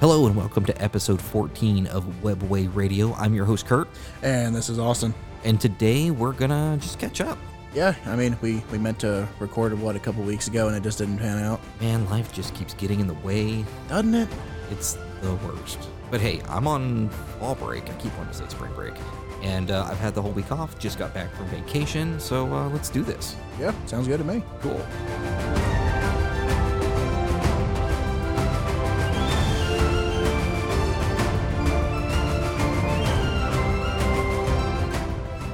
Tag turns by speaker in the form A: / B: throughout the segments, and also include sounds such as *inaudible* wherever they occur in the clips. A: Hello and welcome to episode 14 of Webway Radio. I'm your host Kurt,
B: And this is Austin.
A: and today we're gonna just catch up.
B: Yeah, I mean, we, we meant to record what a couple weeks ago and it just didn't pan out.
A: Man, life just keeps getting in the way.
B: Doesn't it?
A: It's the worst. But hey, I'm on fall break. I keep wanting to say spring break, and uh, I've had the whole week off. Just got back from vacation, so uh, let's do this.
B: Yeah, sounds good to me.
A: Cool.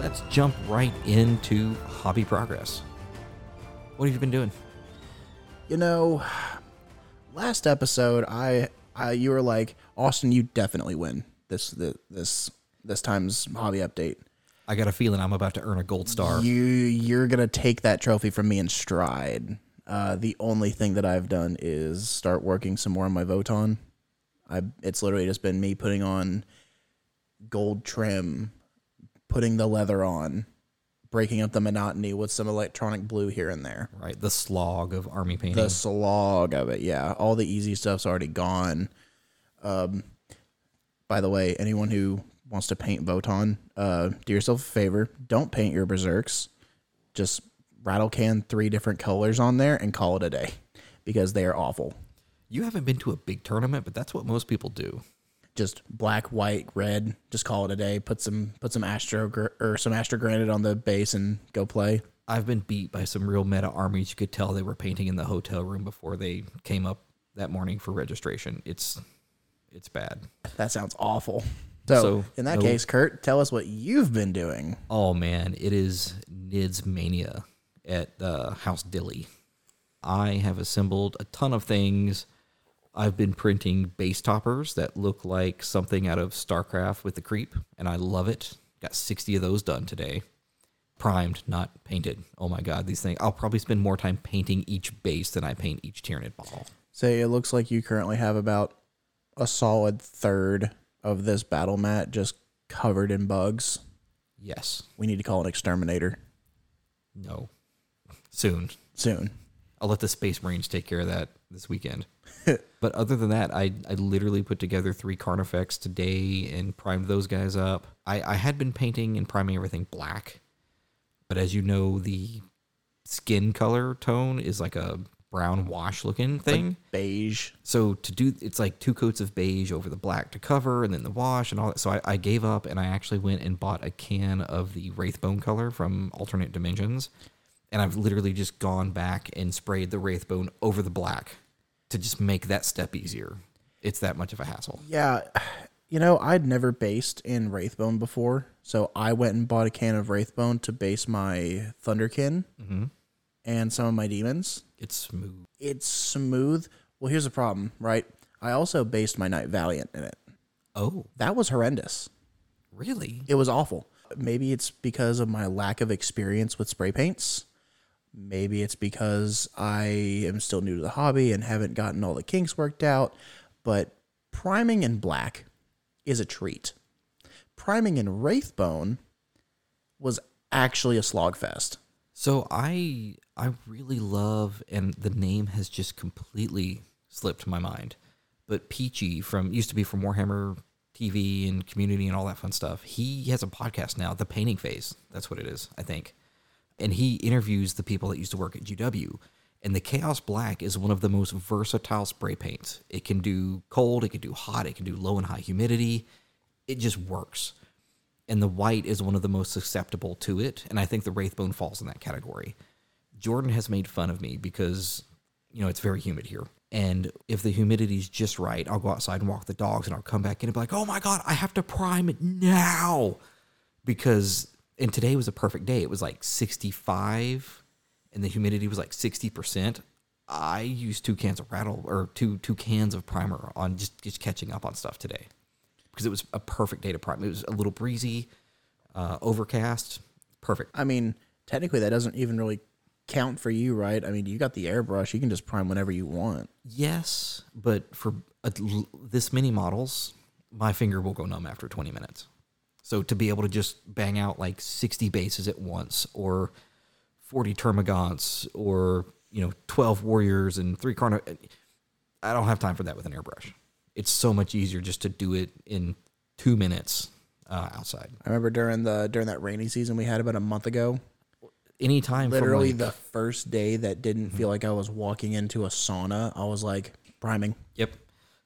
A: Let's jump right into hobby progress. What have you been doing?
B: You know, last episode, I, I you were like, Austin, you definitely win this this this, this time's hobby update.
A: I got a feeling I'm about to earn a gold star.
B: You you're gonna take that trophy from me in stride. Uh, the only thing that I've done is start working some more on my Voton. I it's literally just been me putting on gold trim, putting the leather on, breaking up the monotony with some electronic blue here and there.
A: Right, the slog of army painting.
B: The slog of it, yeah. All the easy stuff's already gone. Um, by the way, anyone who wants to paint Votan, uh, do yourself a favor. Don't paint your berserks. Just rattle can three different colors on there and call it a day because they are awful.
A: You haven't been to a big tournament, but that's what most people do.
B: Just black, white, red. Just call it a day. Put some put some astro gr- or some astro granite on the base and go play.
A: I've been beat by some real meta armies. You could tell they were painting in the hotel room before they came up that morning for registration. It's it's bad.
B: That sounds awful. So,
A: So,
B: in that
A: no-
B: case, Kurt, tell us what you've been doing.
A: Oh man, it is Nids Mania at uh, House Dilly. I have assembled a ton of things. I've been printing base toppers that look like something out of StarCraft with the creep, and I love it. Got 60 of those done today. Primed, not painted. Oh my god, these things. I'll probably spend more time painting each base than I paint each Tyranid ball.
B: Say it looks like you currently have about a solid third of this battle mat just covered in bugs.
A: Yes.
B: We need to call an exterminator
A: No. Soon.
B: soon.
A: I'll let the Space Marines take care of that this weekend. *laughs* but other than that, I, I literally put together three Carnifex today and primed those guys up. I, I had been painting and priming everything black, but as you know, the skin color tone is like a brown wash looking thing.
B: Beige.
A: so to do it's like two coats of beige over the black to cover and then the wash and all that. So I, I gave up and I actually went and bought a can of the Wraithbone color from Alternate Dimensions. And I've literally just gone back and sprayed the Wraithbone over the black to just make that step easier. It's that much of a hassle.
B: Yeah. You know, I'd never based in Wraithbone before, so I went and bought a can of Wraithbone to base my Thunderkin and some of my demons.
A: It's smooth.
B: It's smooth. Well, here's the problem, right? I also based my Night Valiant in it.
A: Oh,
B: That was horrendous.
A: really?
B: It was awful. Maybe it's because of my lack of experience with spray paints. Maybe it's because I am still new to the hobby and haven't gotten all the kinks worked out. But priming in black is a treat. Priming in Wraithbone was actually a slogfest.
A: So I I really love and the name has just completely slipped my mind. But Peachy from used to be from Warhammer TV and community and all that fun stuff. He has a podcast now, The Painting Phase. That's what it is, I think. And he interviews the people that used to work at GW. And the Chaos Black is one of the most versatile spray paints. It can do cold, it can do hot, it can do low and high humidity. It just works and the white is one of the most susceptible to it. And I think the Wraithbone falls in that category. Jordan has made fun of me because, you know, it's very humid here. And if the humidity's just right, I'll go outside and walk the dogs and I'll come back in and be like, oh my God, I have to prime it now. Because, and today was a perfect day. It was like 65 and the humidity was like 60%. I used two cans of rattle or two two cans of primer on just, just catching up on stuff today because it was a perfect day to prime. It was a little breezy, uh, overcast, perfect.
B: I mean, technically, that doesn't even really count for you, right? I mean, you got the airbrush, you can just prime whenever you want.
A: Yes, but for a, l- this many models, my finger will go numb after 20 minutes. So to be able to just bang out like 60 bases at once, or 40 termagants, eh, or you know 12 warriors and three carno, I don't have time for that with an airbrush. it's so much easier just to do it in two minutes uh, outside.
B: I remember during the during that rainy season we had about a month ago,
A: Anytime,
B: literally
A: from like, Mm-hmm.
B: the first day that didn't feel like I was walking into a sauna, I was like priming.
A: yep.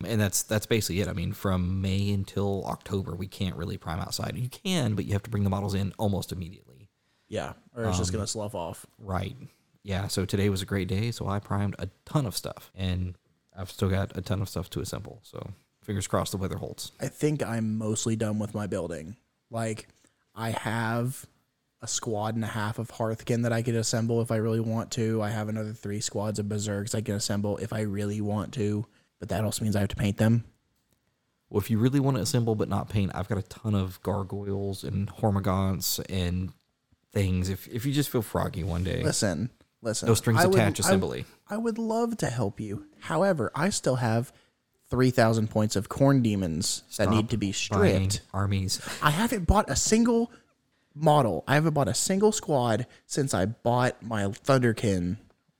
A: And that's that's basically it. I mean, from May until October, we can't really prime outside. You can, but you have to bring the models in almost immediately.
B: Yeah, or it's just
A: Um,
B: gonna slough off.
A: Right. Yeah. So today was a great day. So I primed a ton of stuff, and I've still got a ton of stuff to assemble. So fingers crossed the weather holds.
B: I think I'm mostly done with my building. Like I have a squad and a half of Hearthkin that I could assemble if I really want to. I have another three squads of Berserks I can assemble if I really want to. But that also means I have to paint them.
A: Well, if you really want to assemble but not paint, I've got a ton of gargoyles and hormigons and things. If if you just feel froggy one day,
B: Listen, listen.
A: no strings
B: I would-
A: attached
B: I-
A: assembly.
B: I would love to help you. However, I still have 3,000 points of corn demons that need to be
A: Buying
B: stripped.
A: armies.
B: I haven't bought a single model. I haven't bought a single squad since I bought my Thunderkin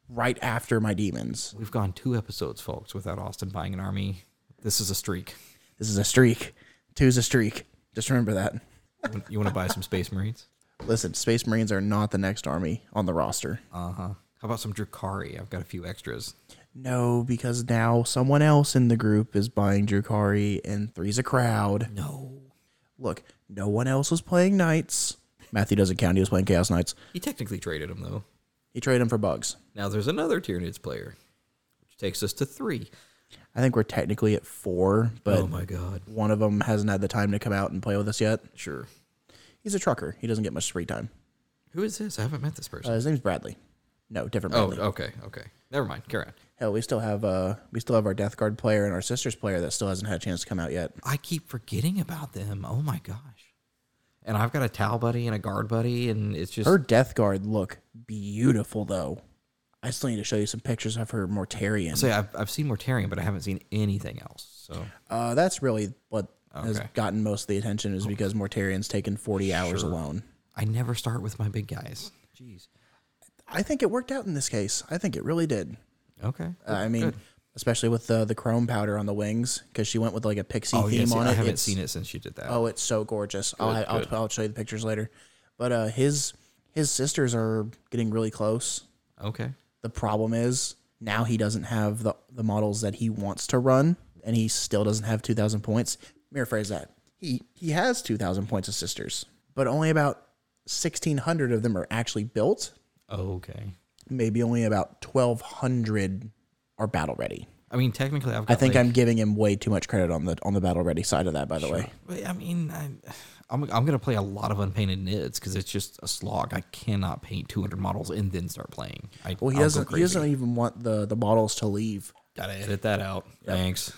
B: right after my demons.
A: We've gone two episodes, folks, without Austin buying an army. This is a streak.
B: This is a streak. Two's a streak. Just remember that.
A: You want to buy some Space Marines?
B: Listen, Space Marines are not the next army on the roster.
A: Uh huh. How about some Drukari? I've got a few extras.
B: No, because now someone else in the group is buying Drukari and three's a crowd.
A: No,
B: Look, no one else was playing Knights. Matthew doesn't count. He was playing Chaos Knights.
A: he technically traded them though.
B: He traded him for bugs.
A: Now there's another Tyranids player, which takes us to three.
B: I think we're technically at four, but
A: oh my god!
B: one of them hasn't had the time to come out and play with us yet.
A: Sure.
B: He's a trucker. He doesn't get much free time.
A: Who is this? I haven't met this person.
B: Uh, his name's Bradley. No, different
A: oh,
B: Bradley.
A: okay, okay. Never mind. Carry on.
B: Hell, we still have uh we still have our Death Guard player and our sisters player that still hasn't had a chance to come out yet.
A: I keep forgetting about them. Oh my gosh. And I've got a towel buddy and a guard buddy, and it's just
B: Her Death Guard look beautiful though. I still need to show you some pictures of her Mortarian.
A: say I've, I've seen Mortarian, but I haven't seen anything else. So
B: Uh, that's really what has
A: Okay.
B: gotten most of the attention is because Mortarian's taken forty hours alone.
A: I never start with my big guys. Jeez.
B: I think it worked out in this case. I think it really did.
A: Okay.
B: Uh, I mean, especially with uh, the the chrome powder on the wings, because she went with like a pixie
A: oh
B: theme
A: yes,
B: on it.
A: I haven't
B: it's,
A: seen it since you did that.
B: Oh, it's so gorgeous. I'll, I'll, I'll show you the pictures later. But uh, his his sisters are getting really close.
A: Okay.
B: The problem is now he doesn't have the the models that he wants to run, and he still doesn't have two thousand points. Let me rephrase that. He he has two thousand points of sisters, but only about sixteen hundred of them are actually built.
A: Okay.
B: Maybe only about twelve hundred are battle ready.
A: I mean, technically, I've got.
B: I think
A: like,
B: I'm giving him way too much credit on the on the battle ready side of that. By the way,
A: But, I mean, I, I'm I'm gonna play a lot of unpainted knits because it's just a slog. I cannot paint 200 models and then start playing. I,
B: well he
A: I'll go
B: doesn't he
A: Crazy.
B: doesn't even want the the models to leave.
A: Gotta edit that out. Thanks.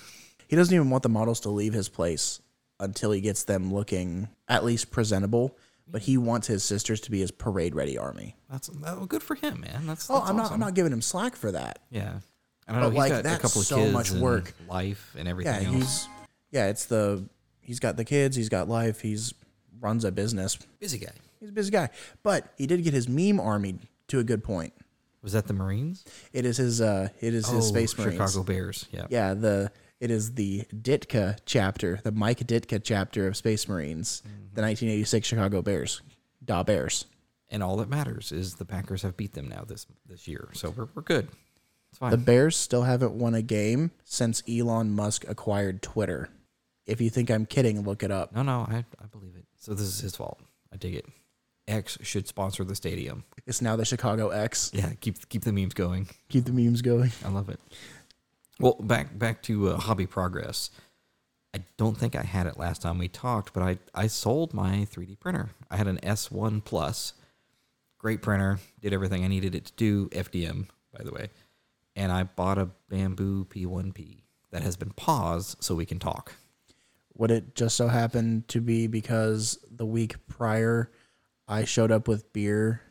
B: He doesn't even want the models to leave his place until he gets them looking at least presentable. But he wants his sisters to be his parade ready army.
A: That's that, well, good for him, man. That's,
B: Oh,
A: that's
B: I'm not
A: awesome.
B: I'm not giving him slack for that.
A: Yeah. I don't know. He's
B: like,
A: got
B: that's
A: a couple of
B: so
A: kids
B: much
A: and
B: work.
A: life and
B: Yeah,
A: everything else.
B: he's yeah, it's the he's got the kids, he's got life, he's runs a business.
A: Busy guy.
B: He's a busy guy. But he did get his meme army to a good point.
A: Was that the Marines?
B: It is his uh it is his space marines.
A: Oh, Chicago Bears. Yeah.
B: yeah the it is the ditka chapter the mike ditka chapter of space marines the 1986 chicago bears da bears
A: And all that matters is the Packers have beat them now this this year. So we're, we're good. It's fine.
B: the bears still haven't won a game since elon musk acquired twitter if you think i'm kidding look it up
A: no, no, I, I believe it. So this is his fault. I dig it. X should sponsor the stadium.
B: it's now the chicago x
A: Yeah, keep keep the memes going.
B: keep the memes going
A: I love it. Well, back back to uh, hobby progress. I don't think I had it last time we talked, but I I sold my 3D printer. I had an S1 Plus, great printer, did everything I needed it to do. FDM, by the way, and I bought a bamboo P1P that has been paused so we can talk.
B: what it just so happened to be because the week prior i showed up with beer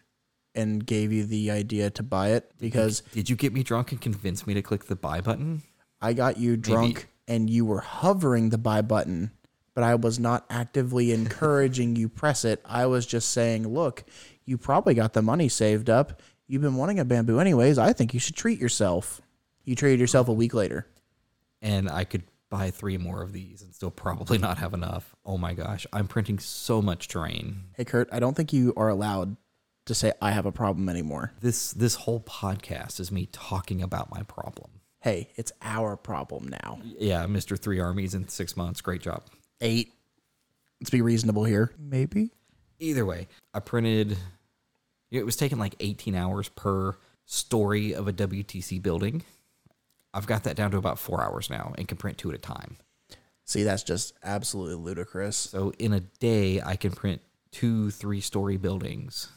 B: and gave you the idea to buy it because
A: Did you get me drunk and convince me to click the buy button?
B: I got you drunk and you were hovering the buy button, but I was not actively encouraging you press it. I was just saying, look, you probably got the money saved up. You've been wanting a bamboo anyways. I think you should treat yourself. You treated yourself a week later.
A: and I could buy three more of these and still probably *laughs* not have enough. Oh my gosh, I'm printing so much terrain.
B: Hey, Kurt, I don't think you are allowed to say I have a problem anymore.
A: This this whole podcast is me talking about my problem.
B: Hey, it's our problem now.
A: Yeah, Mr. Three Armies in six months. Great job.
B: Eight. Let's be reasonable here. Maybe.
A: Either way, I printed. It was taking like 18 hours per story of a WTC building. I've got that down to about four hours now and can print two at a time.
B: See, that's just absolutely ludicrous.
A: So in a day, I can print two, three story buildings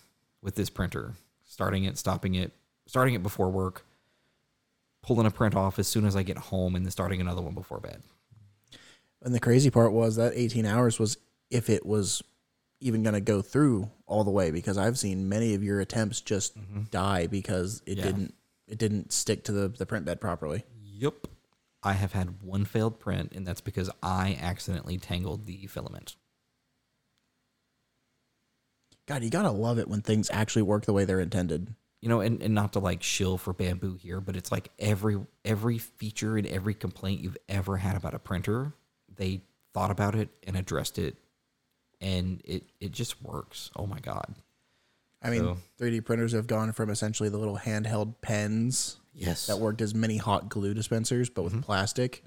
A: with this printer, starting it, stopping it, starting it before work, pulling a print off as soon as I get home, and then starting another one before bed.
B: And the crazy part was that 18 hours was if it was even going to go through all the way because I've seen many of your attempts just die because
A: Mm-hmm.
B: it
A: Yeah.
B: didn't it didn't stick to the the print bed properly.
A: Yep. I have had one failed print, and that's because I accidentally tangled the filament.
B: God, you got to love it when things actually work the way they're intended.
A: you know, and, and not to like shill for bamboo here, but it's like every every feature and every complaint you've ever had about a printer, they thought about it and addressed it, and it it just works. Oh my god!
B: I mean,
A: So-
B: 3D printers have gone from essentially the little handheld pens
A: Yes,
B: that worked as mini hot glue dispensers, but with
A: Mm-hmm.
B: plastic,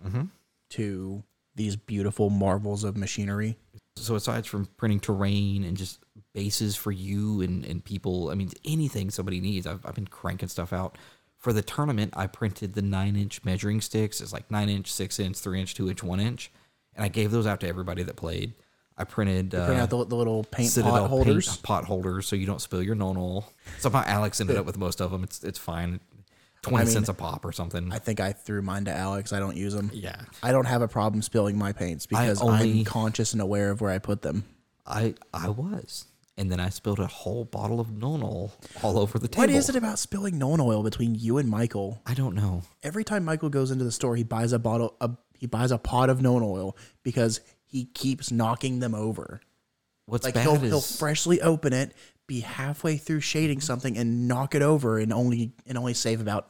B: to these beautiful marvels of machinery.
A: so aside from printing terrain and just bases for you and, and people, I mean, anything somebody needs, I've, I've been cranking stuff out. For the tournament, I printed the nine inch measuring sticks. It's like nine inch, six inch, three inch, two inch, one inch. And I gave those out to everybody that played. I printed, uh,
B: Print out the, the little paint pot
A: Citadel
B: holders.
A: paint uh, pot holders so you don't spill your nonol. Somehow Alex ended up with most of them. It's, it's fine. 20
B: mean,
A: cents a pop or something.
B: I think I threw mine to Alex. I don't use them.
A: yeah.
B: I don't have a problem spilling my paints because
A: only-
B: I'm conscious and aware of where I put them.
A: I, I was. And then I spilled a whole bottle of nonol all over the table.
B: What is it about spilling non oil between you and Michael?
A: I don't know.
B: Every time Michael goes into the store, he buys a bottle. A, he buys a pot of non oil because he keeps knocking them over.
A: What's
B: Like
A: bad
B: he'll,
A: is
B: he'll freshly open it, be halfway through shading something, and knock it over, and only and only save about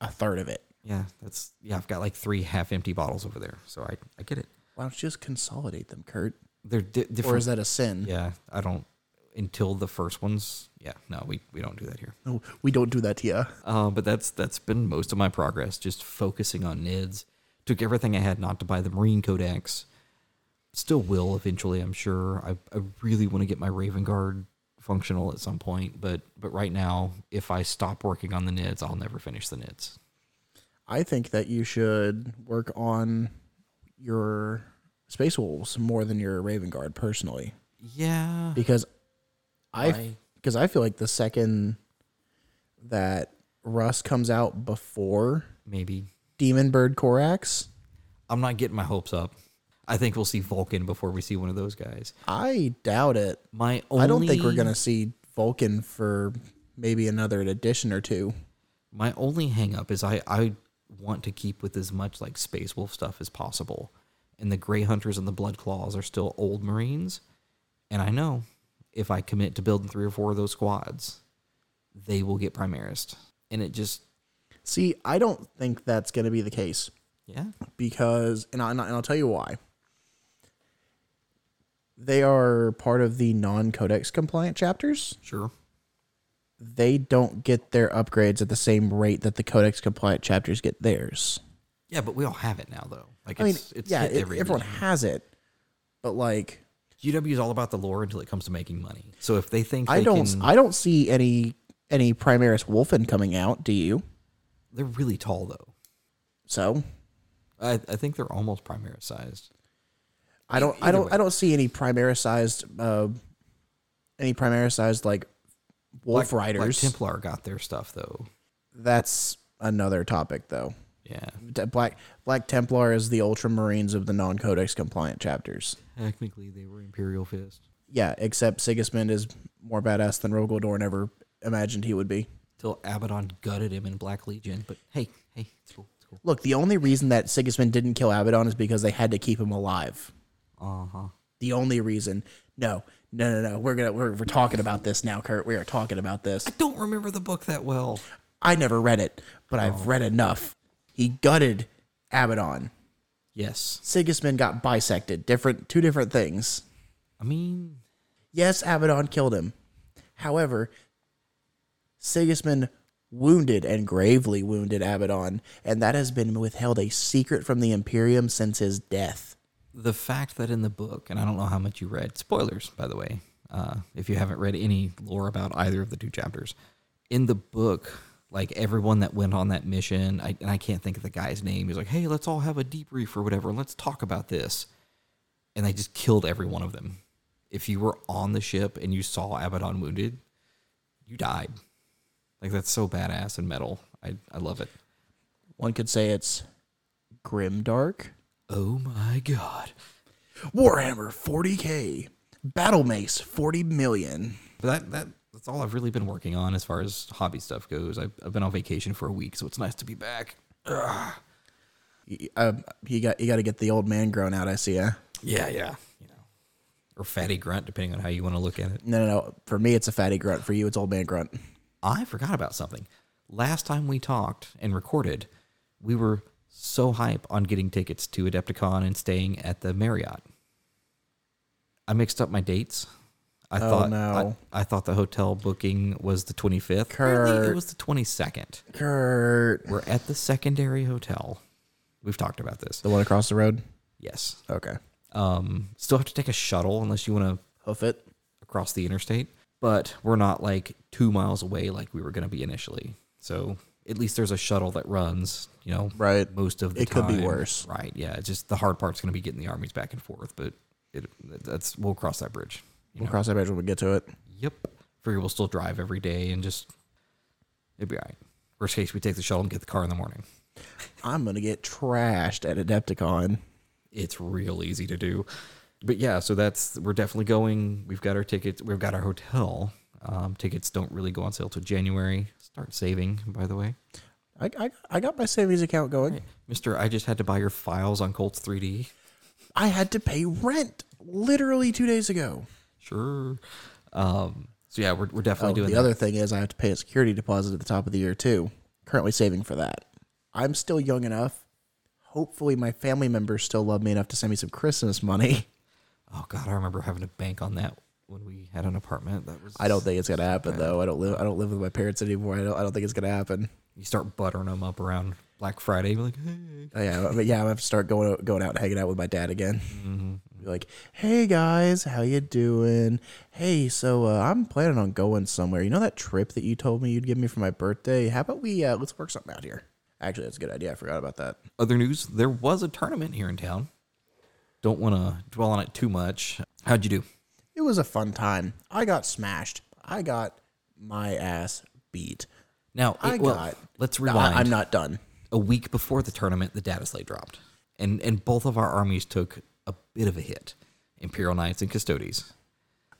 B: a third of it.
A: yeah, that's yeah. I've got like three half-empty bottles over there, so I I get it.
B: Why don't you just consolidate them, Kurt?
A: They're di-
B: Or
A: different.
B: is that a sin?
A: yeah, I don't until the first ones. Yeah, no, we we don't do that here.
B: No, we don't do that to you.
A: Uh, but that's that's been most of my progress, just focusing on NIDS. Took everything I had not to buy the Marine Codex. Still will eventually, I'm sure. I, I really want to get my Raven Guard functional at some point, but but right now, if I stop working on the NIDS, I'll never finish the NIDS.
B: I think that you should work on your Space Wolves more than your Raven Guard personally,
A: Yeah.
B: because I
A: Why?
B: because I feel like the second that Rust comes out before
A: Maybe.
B: Demon Bird Korax,
A: I'm not getting my hopes up. I think we'll see Vulcan before we see one of those guys.
B: I doubt it.
A: My only,
B: I don't think we're gonna see Vulcan for maybe another edition or two.
A: My only hang up is I I want to keep with as much like Space Wolf stuff as possible, and the Gray Hunters and the Blood Claws are still old Marines, and I know if I commit to building three or four of those squads, they will get Primarist, and it just
B: See, I don't think that's gonna be the case.
A: yeah
B: because and, I, and I'll tell you why. They are part of the non-codex compliant chapters.
A: sure
B: They don't get their upgrades at the same rate that the codex compliant chapters get theirs.
A: yeah, but we all have it now though. Like
B: I mean,
A: it's it's
B: yeah,
A: hit
B: it-
A: every
B: everyone
A: edition.
B: has it, but like
A: GW is all about the lore until it comes to making money. So if they think
B: I
A: they
B: don't,
A: can-
B: I don't see any any Primaris Wolfen coming out. Do you?
A: they're really tall though.
B: So
A: I, I think they're almost Primaris sized.
B: I don't, I
A: either
B: don't,
A: way.
B: I don't see any Primarisized, uh, any Primarisized like Wolf Riders.
A: Templar got their stuff though.
B: That's another topic though.
A: Yeah,
B: Te- Black Black Templar is the Ultramarines of the non-codex compliant chapters.
A: technically they were Imperial Fist
B: Yeah, except Sigismund is more badass than Rogaldorn ever imagined he would be.
A: till Abaddon gutted him in Black Legion. But hey, hey, it's cool, it's cool.
B: Look, the only reason that Sigismund didn't kill Abaddon is because they had to keep him alive.
A: Uh huh.
B: The only reason. No, no, no, no. We're gonna we're, we're talking about this now, Kurt. We are talking about this.
A: I don't remember the book that well.
B: I never read it, but I've read enough. He gutted Abaddon
A: Yes.
B: Sigismund got bisected. Different, two different things.
A: I mean,
B: Yes, Abaddon killed him. However, Sigismund wounded and gravely wounded Abaddon, and that has been withheld a secret from the Imperium since his death.
A: the fact that in the book, and I don't know how much you read, spoilers, by the way, uh, if you haven't read any lore about either of the two chapters, in the book, like everyone that went on that mission, I, and I can't think of the guy's name, he's like, hey, let's all have a debrief or whatever, let's talk about this. And they just killed every one of them. If you were on the ship and you saw Abaddon wounded, you died. Like, that's so badass and metal. I, I love it.
B: One could say it's grimdark.
A: Oh my God.
B: Warhammer 40k. Battle Mace 40 million.
A: But that that that's all I've really been working on as far as hobby stuff goes. I've, I've been on vacation for a week, so it's nice to be back.
B: Y- Um, you got you got to get the old man grown out. I see ya.
A: Yeah, yeah. You know, or fatty grunt, depending on how you want to look at it.
B: No, no, no. For me, it's a fatty grunt. For you, it's old man grunt.
A: I forgot about something. Last time we talked and recorded, we were so hype on getting tickets to Adepticon and staying at the Marriott. I mixed up my dates. I thought
B: no.
A: I, I thought the hotel booking was the 25th. Apparently, it
B: Kurt.
A: was the 22nd.
B: Kurt,
A: We're at the secondary hotel. We've talked about this.
B: the one across the road.
A: Yes.
B: Okay,
A: Um, still have to take a shuttle unless you want to
B: hoof it.
A: across the interstate, but we're not like two miles away like we were going to be initially. So at least there's a shuttle that runs, you know,
B: Right.
A: most of the
B: It could be
A: time.
B: worse.
A: Right. Yeah. It's just the hard part's going to be getting the armies back and forth, but it, that's, we'll cross that bridge. You
B: We'll
A: know?
B: cross that bridge when we get to it.
A: Yep. Figure we'll still drive every day and just, it'd be all right. Worst case, we take the shuttle and get the car in the morning.
B: I'm gonna get trashed at Adepticon.
A: it's real easy to do. But yeah, so that's we're definitely going. We've got our tickets. We've got our hotel. Um, tickets don't really go on sale till January. Start saving, by the way,
B: I, I, I got my savings account going.
A: Mister. I just had to buy your files on Colts 3D.
B: I had to pay rent literally two days ago.
A: Sure. Um, so yeah, we're, we're definitely
B: Oh,
A: doing
B: the
A: that.
B: other thing is I have to pay a security deposit at the top of the year too. Currently saving for that. I'm still young enough. Hopefully, my family members still love me enough to send me some Christmas money. *laughs*
A: Oh God, I remember having to bank on that when we had an apartment. That was
B: I don't think it's gonna happen though. I don't live. I don't live with my parents anymore. I don't. I don't think it's gonna happen.
A: You start buttering them up around Black Friday. You're like, hey.
B: Oh, yeah, but yeah, I'm gonna have to start going going out and hanging out with my dad again. Be Like, hey guys, how you doing? Hey, so uh, I'm planning on going somewhere. You know that trip that you told me you'd give me for my birthday? How about we uh, let's work something out here? Actually, that's a good idea. I forgot about that.
A: Other news: there was a tournament here in town. Don't want to dwell on it too much. How'd you do?
B: It was a fun time. I got smashed. I got my ass beat.
A: Now,
B: I
A: it- well,
B: got-
A: let's rewind.
B: I, I'm not done.
A: a week before the tournament, the data slate dropped, and and both of our armies took a bit of a hit. Imperial Knights and Custodes.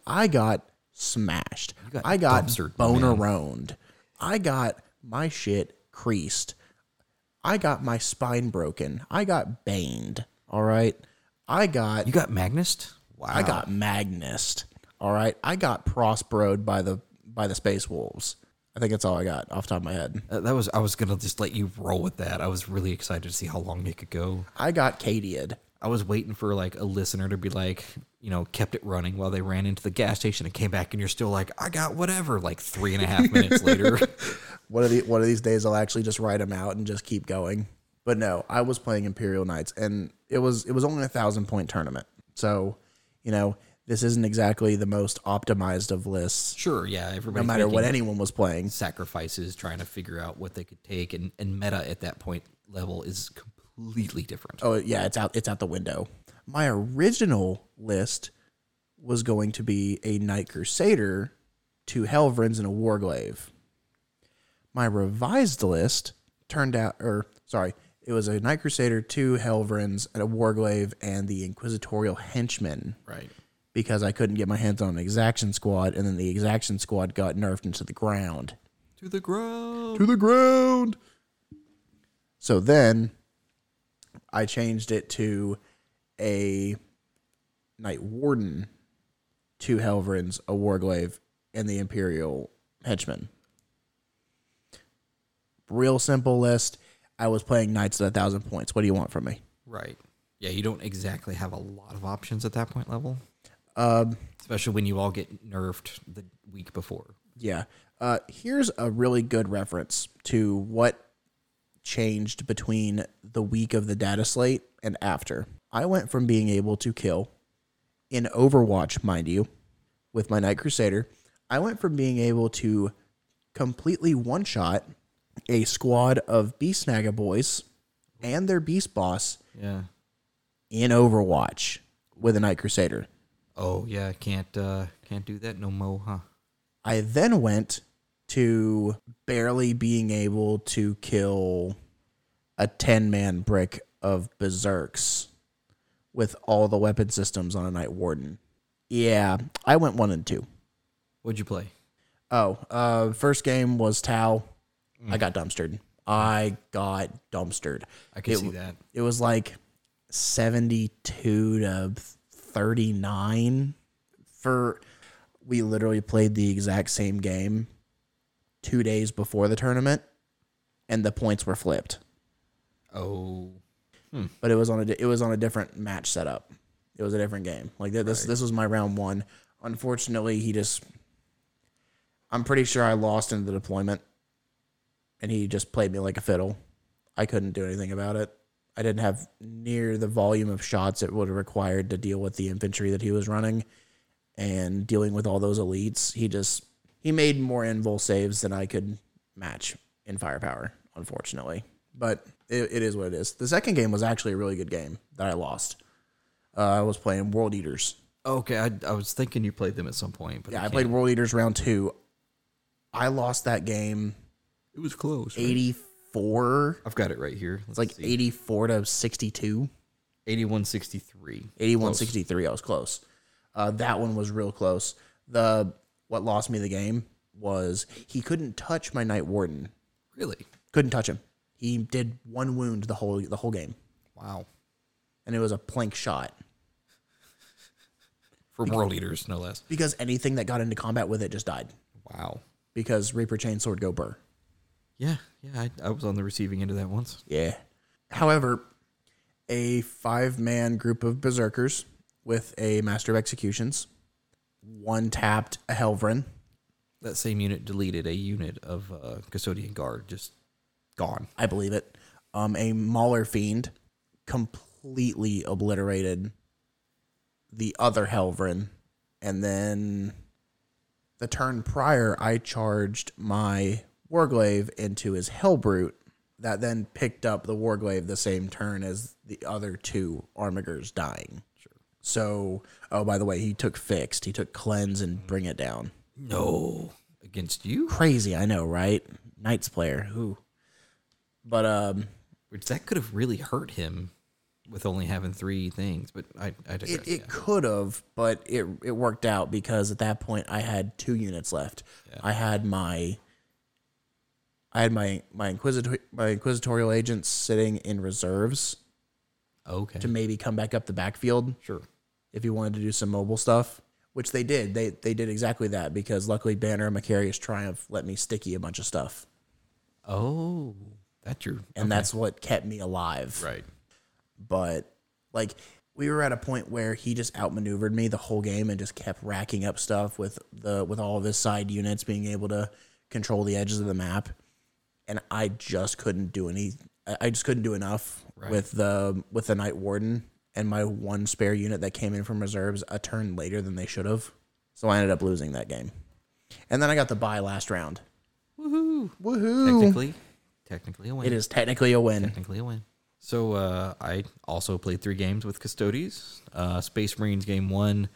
B: I got smashed.
A: got
B: I got
A: dumpstered, my man.
B: boneroned. I got my shit creased. I got my spine broken. I got baned. All right. I got
A: You got Magnus. Wow.
B: I got magnused. All right. I got prosperoed by the by the space wolves. I think that's all I got off the top of my head.
A: Uh, that was I was gonna just let you roll with that. I was really excited to see how long it could go.
B: I got Cadiad.
A: I was waiting for like a listener to be like, you know, kept it running while they ran into the gas station and came back, and you're still like, I got whatever. Like three and a half minutes
B: *laughs*
A: later.
B: One of the one of these days I'll actually just write them out and just keep going. But no, I was playing Imperial Knights and it was it was only a thousand point tournament. So, you know, this isn't exactly the most optimized of lists,
A: Sure. Yeah. Everybody.
B: no matter what anyone was playing.
A: sacrifices, trying to figure out what they could take, and, and meta at that point level is completely different.
B: Oh yeah, it's out it's out the window. My original list was going to be a Knight Crusader, two Helvrins, and a Warglaive. My revised list turned out or sorry, it was a Knight Crusader, two Helvrins, and a Warglaive, and the Inquisitorial Henchman
A: Right.
B: because I couldn't get my hands on an exaction squad, and then the exaction squad got nerfed into the ground
A: To the ground.
B: to the ground. So then I changed it to a Night Warden, two Helvrins, a Warglaive, and the Imperial Henchman. Real simple list. I was playing Knights at a thousand points. What do you want from me?
A: Right. Yeah, you don't exactly have a lot of options at that point level,
B: Um,
A: especially when you all get nerfed the week before.
B: Yeah. Uh, here's a really good reference to what changed between the week of the data slate and after. I went from being able to kill in Overwatch, mind you, with my Night Crusader, I went from being able to completely one shot a squad of Beast Snagger boys and their Beast boss
A: Yeah.
B: in Overwatch with a Night Crusader.
A: Oh yeah, can't uh can't do that no mo, huh?
B: I then went to barely being able to kill a 10 man brick of berserks with all the weapon systems on a Night Warden. Yeah, I went one and two.
A: What'd you play?
B: Oh, uh, first game was Tau.
A: Mm.
B: I got dumpstered. I got dumpstered.
A: I can
B: It
A: see
B: w-
A: that.
B: It was like 72 to 39 for we literally played the exact same game 2 days before the tournament and the points were flipped.
A: Oh,
B: But it was on a di- it was on a different match setup. It was a different game. Like th- this this was my round 1. Unfortunately, he just I'm pretty sure I lost in the deployment and he just played me like a fiddle. I couldn't do anything about it. I didn't have near the volume of shots it would have required to deal with the infantry that he was running and dealing with all those elites. He just he made more invul saves than I could match in firepower, unfortunately. But it, it is what it is. The second game was actually a really good game that I lost. Uh, I was playing World Eaters.
A: okay. I, I was thinking you played them at some point, but
B: Yeah, I played World Eaters round two. I lost that game
A: It was close. right?
B: eighty four.
A: I've got it right here.
B: It's like 84 to 62.
A: eighty-one sixty-three.
B: 81 63. I was close. Uh, that one was real close. The what lost me the game was he couldn't touch my Night Warden.
A: Really?
B: Couldn't touch him. He did one wound the whole the whole game,
A: Wow.
B: and it was a plank shot
A: For world leaders, no less.
B: because anything that got into combat with it just died
A: Wow.
B: because Reaper Chain Sword go burr.
A: Yeah, yeah. I, I was on the receiving end of that once.
B: Yeah. However, a five man group of berserkers with a master of executions, one tapped a Helvren.
A: That same unit deleted a unit of uh, custodian guard, just gone.
B: I believe it. Um, a Mauler fiend completely obliterated the other Helvren, and then the turn prior, I charged my Warglaive into his Hellbrute. That then picked up the Warglaive the same turn as the other two Armigers dying. Sure. So, oh, by the way, he took Fixed, he took Cleanse, and Bring It Down
A: No, against you.
B: crazy. I know, right? Knights player, who? But um,
A: Which that could have really hurt him, with only having three things. But I, I digress.
B: it, it could have, but it it worked out because at that point I had two units left. I had my I had my my inquisitor my inquisitorial agents sitting in reserves
A: okay.
B: to maybe come back up the backfield
A: Sure.
B: if you wanted to do some mobile stuff, which they did. They they did exactly that because luckily Banner and Macarius Triumph let me sticky a bunch of stuff,
A: Oh, that's your
B: and that's what kept me alive.
A: right.
B: but like we were at a point where he just outmaneuvered me the whole game and just kept racking up stuff with the with all of his side units being able to control the edges of the map and I just couldn't do any I- I just couldn't do enough
A: Right.
B: with the with the night warden and my one spare unit that came in from reserves a turn later than they should have so I ended up losing that game and then I got the bye last round
A: Woohoo!
B: woohoo
A: Technically, technically a win.
B: it is technically a win
A: Technically a win. So uh, I also played three games with Custodes. Uh, Space Marines game one.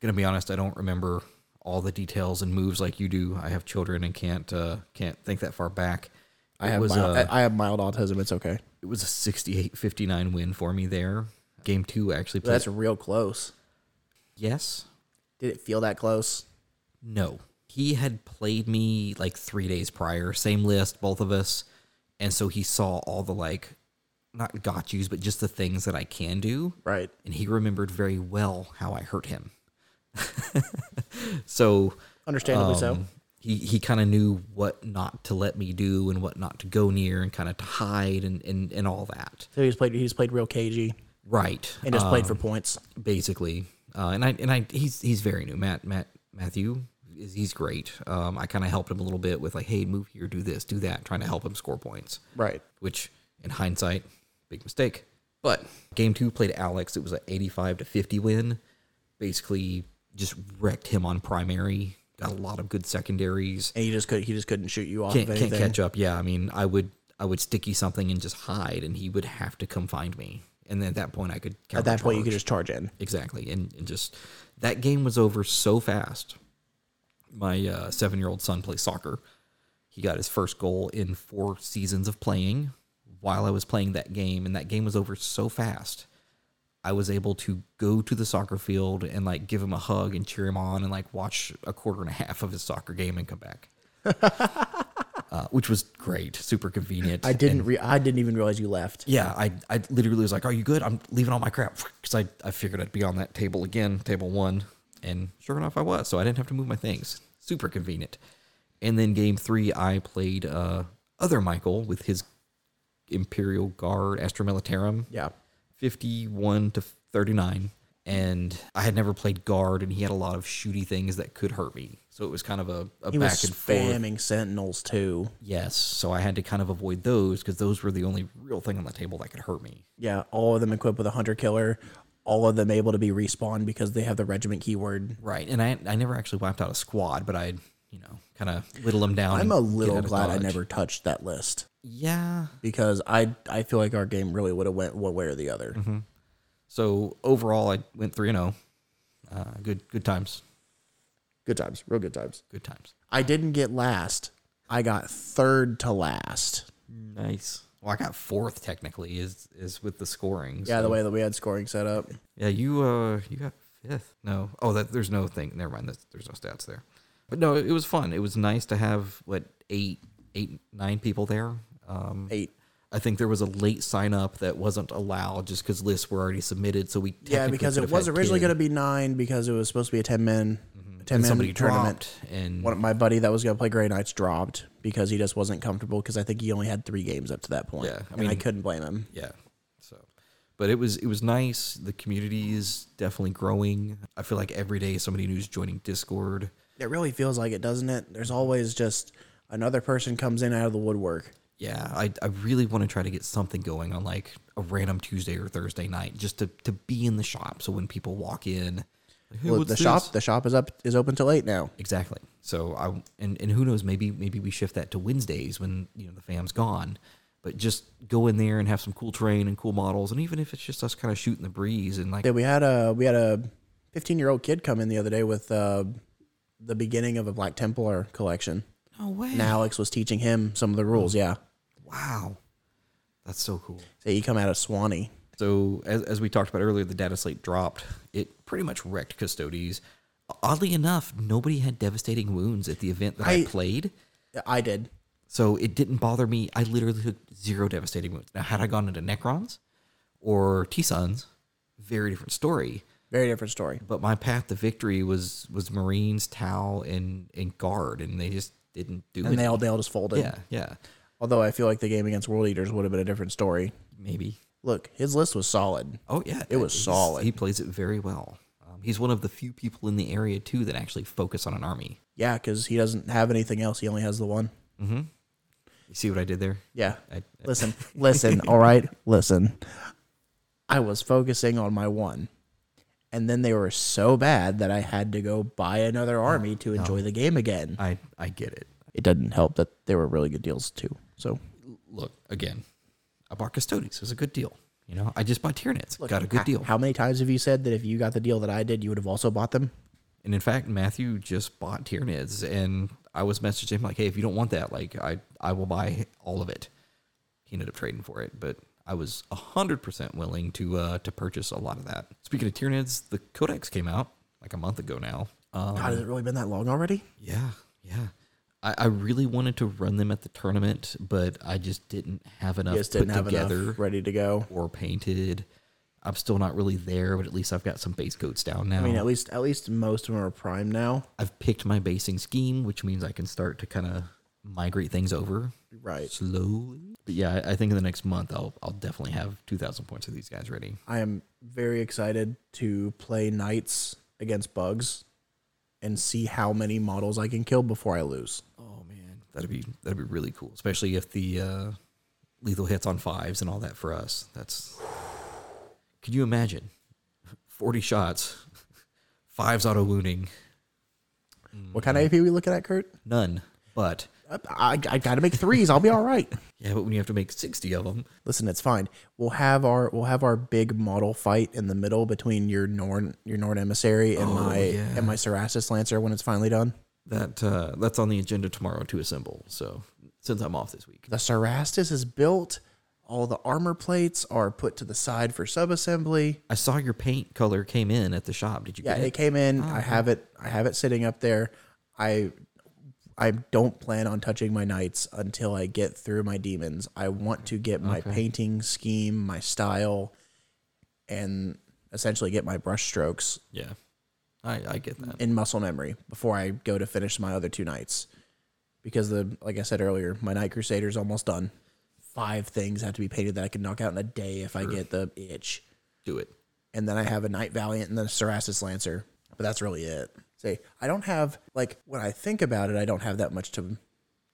A: Gonna be honest, I don't remember all the details and moves like you do. I have children and can't uh, can't think that far back.
B: I
A: It
B: have
A: was uh,
B: mild,
A: a,
B: I I have mild autism it's okay
A: it was a 68-59 win for me there. Game two actually played.
B: that's real close
A: yes,
B: Did it feel that close?
A: No. He had played me like three days prior, same list, both of us. And so he saw all the like, not got yous, but just the things that I can do.
B: Right.
A: And he remembered very well how I hurt him. *laughs* so
B: Understandably so.
A: um, he, he kind of knew what not to let me do and what not to go near and kind of to hide and, and, and all that.
B: So he's played he's played real cagey.
A: right
B: and just played for
A: Um,
B: points.
A: basically. Uh, and I and I he's he's very new. Matt Matt Matthew is he's great. Um, I kind of helped him a little bit with like, hey, move here, do this, do that, trying to help him score points.
B: Right.
A: Which in hindsight, big mistake. But game two played Alex. It was an eighty-five to fifty win. Basically, just wrecked him on primary. Got a lot of good secondaries.
B: And he just could he just couldn't shoot you off
A: Can't
B: of
A: can't
B: anything.
A: catch up. Yeah, I mean, I would I would sticky something and just hide, and he would have to come find me. And then at that point, I could
B: At that point, you could just charge in.
A: exactly and, and just that game was over so fast my uh, seven-year-old son plays soccer he got his first goal in four seasons of playing while i was playing that game and that game was over so fast i was able to go to the soccer field and like give him a hug and cheer him on and like watch a quarter and a half of his soccer game and come back *laughs* uh, which was great super convenient
B: I didn't re- I didn't even realize you left.
A: yeah, I, I literally was like, "Are you good? I'm leaving all my crap *laughs* because I, I figured I'd be on that table again, table one, and sure enough, I was. So I didn't have to move my things. Super convenient. And then game three, I played uh, other Michael with his Imperial Guard Astromilitarum,
B: Yeah.
A: fifty-one to thirty-nine, and I had never played guard, and he had a lot of shooty things that could hurt me. So it was kind of a, a
B: He was
A: back and forth.
B: spamming sentinels too.
A: Yes, so I had to kind of avoid those because those were the only real thing on the table that could hurt me.
B: Yeah, all of them equipped with a hunter killer, all of them able to be respawned because they have the regiment keyword.
A: Right, and I I never actually wiped out a squad, but I you know kind of whittle them down. and
B: I'm a
A: get
B: little
A: out of
B: glad I
A: dodge.
B: never touched that list
A: Yeah.
B: because I I feel like our game really would have went one way or the other.
A: Mm-hmm. So overall, I went three and zero. Good good times.
B: Good times, real good times.
A: Good times.
B: I didn't get last. I got third to last.
A: Nice. Well, I got fourth technically. Is is with the scoring.
B: Yeah,
A: so-
B: the way that we had scoring set up.
A: Yeah, you uh you got fifth. No. Oh, that there's no thing. Never mind. That's, there's no stats there. But no, it was fun. It was nice to have what eight eight nine people there. Um,
B: Eight.
A: I think there was a late sign up that wasn't allowed just because lists were already submitted. So we
B: Yeah, because it was originally going to be nine because it was supposed to be a ten man, ten man
A: somebody
B: tournament.
A: dropped and
B: One of my buddy that was going to play Grey Knights dropped because he just wasn't comfortable because I think he only had three games up to that point.
A: Yeah, I
B: and I
A: mean-
B: couldn't blame him.
A: yeah. So, but it was it was nice. The community is definitely growing. I feel like every day somebody new's joining Discord.
B: It really feels like it, doesn't it? There's always just another person comes in out of the woodwork.
A: Yeah, I, I really want to try to get something going on like a random Tuesday or Thursday night just to, to be in the shop. So when people walk in, like, "Hey,
B: Well,
A: what's
B: the
A: this?"
B: shop, the shop is up, is open till eight now.
A: Exactly. So I and and who knows? Maybe maybe we shift that to Wednesdays when you know the fam's gone. But just go in there and have some cool terrain and cool models, and even if it's just us kind of shooting the breeze and like
B: Yeah, we had a we had a 15 year old kid come in the other day with uh, the beginning of a Black Templar collection,
A: no way, Mm.
B: and Alex was teaching him some of the rules. Yeah,
A: wow, that's so cool.
B: so he come out of Swanee.
A: So as, as we talked about earlier, the data slate dropped. It pretty much wrecked custodies. Oddly enough, nobody had devastating wounds at the event that I,
B: I-
A: played.
B: I did.
A: So it didn't bother me. I literally took zero devastating wounds. Now, had I gone into Necrons or T Suns, very different story.
B: Very different story.
A: But my path to victory was was Marines, Tau, and and Guard, and they just didn't do
B: And
A: it.
B: they all they all just folded.
A: yeah, yeah,
B: Although I feel like the game against World Eaters would have been a different story.
A: maybe.
B: Look, his list was solid.
A: Oh yeah,
B: It was
A: he's-
B: solid.
A: He plays it very well. Um, he's one of the few people in the area too that actually focus on an army.
B: Yeah, because he doesn't have anything else. He only has the one.
A: You see what I did there?
B: Yeah.
A: I,
B: *laughs* Listen, listen, all right? Listen. I was focusing on my one. And then they were so bad that I had to go buy another army to enjoy the game again.
A: I I get it.
B: Oh, Uh, It doesn't help that they were really good deals too. So
A: Look again, I bought Custodes. It was a good deal. You know, I just bought Tyranids. Got a good deal.
B: How many times have you said that if you got the deal that I did, you would have also bought them?
A: And in fact, Matthew just bought Tyranids, and I was messaging him like, "Hey, if you don't want that, like, I I will buy all of it." He ended up trading for it, but I was hundred percent willing to uh, to purchase a lot of that. Speaking of Tyranids, the Codex came out like a month ago now. Um,
B: God, has it really been that long already?
A: yeah, yeah. I, I really wanted to run them at the tournament, but I just didn't have enough
B: Just didn't
A: put
B: have
A: together
B: enough ready to go.
A: or painted. I'm still not really there, but at least I've got some base coats down now.
B: I mean, at least at least most of them are prime now.
A: I've picked my basing scheme, which means I can start to kind of migrate things over
B: Right.
A: slowly. But yeah, I, I think in the next month I'll I'll definitely have two thousand points of these guys ready.
B: I am very excited to play knights against bugs and see how many models I can kill before I lose.
A: Oh man, that'd be that'd be really cool, especially if the uh, lethal hits on fives and all that for us. That's could you imagine forty shots, fives auto wounding,
B: What kind of AP we looking at, Kurt?
A: none. But
B: I, I, I got to make threes. I'll be all right. *laughs*
A: yeah, but when you have to make sixty of them,
B: Listen, it's fine. We'll have our we'll have our big model fight in the middle between your Norn your Norn emissary and my
A: yeah.
B: and my Serastus Lancer when it's finally done.
A: that uh, that's on the agenda tomorrow to assemble. So since I'm off this week,
B: The Serastus is built. All the armor plates are put to the side for subassembly.
A: I saw your paint color came in at the shop. Did you
B: Yeah,
A: get
B: it came in. I have it. I have it sitting up there. I I don't plan on touching my knights until I get through my demons. I want to get my painting scheme, my style, and essentially get my brush strokes
A: Yeah, I, I get that.
B: in muscle memory before I go to finish my other two knights. Because the like I said earlier, my knight crusader's almost done. Five things have to be painted that I can knock out in a day if I get the itch
A: Do it.
B: and then I have a Knight Valiant and then a Serastus Lancer. But that's really it. Say, I don't have like when I think about it, I don't have that much to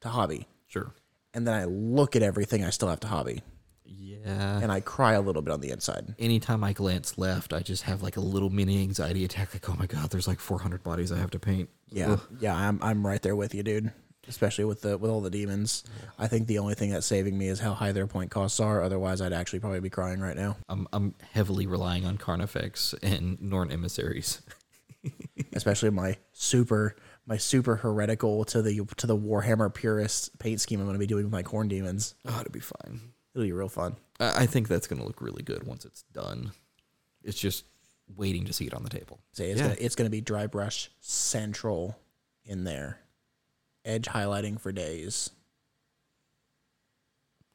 B: to hobby.
A: Sure.
B: And then I look at everything, I still have to hobby,
A: Yeah.
B: and I cry a little bit on the inside.
A: anytime I glance left, I just have like a little mini anxiety attack. Like, oh my god, there's like 400 bodies I have to paint.
B: Yeah, yeah, I'm I'm right there with you, dude. Especially with the with all the demons. I think the only thing that's saving me is how high their point costs are. Otherwise, I'd actually probably be crying right now.
A: I'm I'm heavily relying on Carnifex and Norn emissaries.
B: Especially my super my super heretical to the to the Warhammer purist paint scheme I'm going to be doing with my corn demons.
A: *laughs* Oh, it'll be fine.
B: It'll be real fun.
A: I, I think that's gonna look really good once it's done. It's just waiting to see it on the table.
B: Say it's
A: Yeah.
B: gonna, it's going to be dry brush central in there, edge highlighting for days.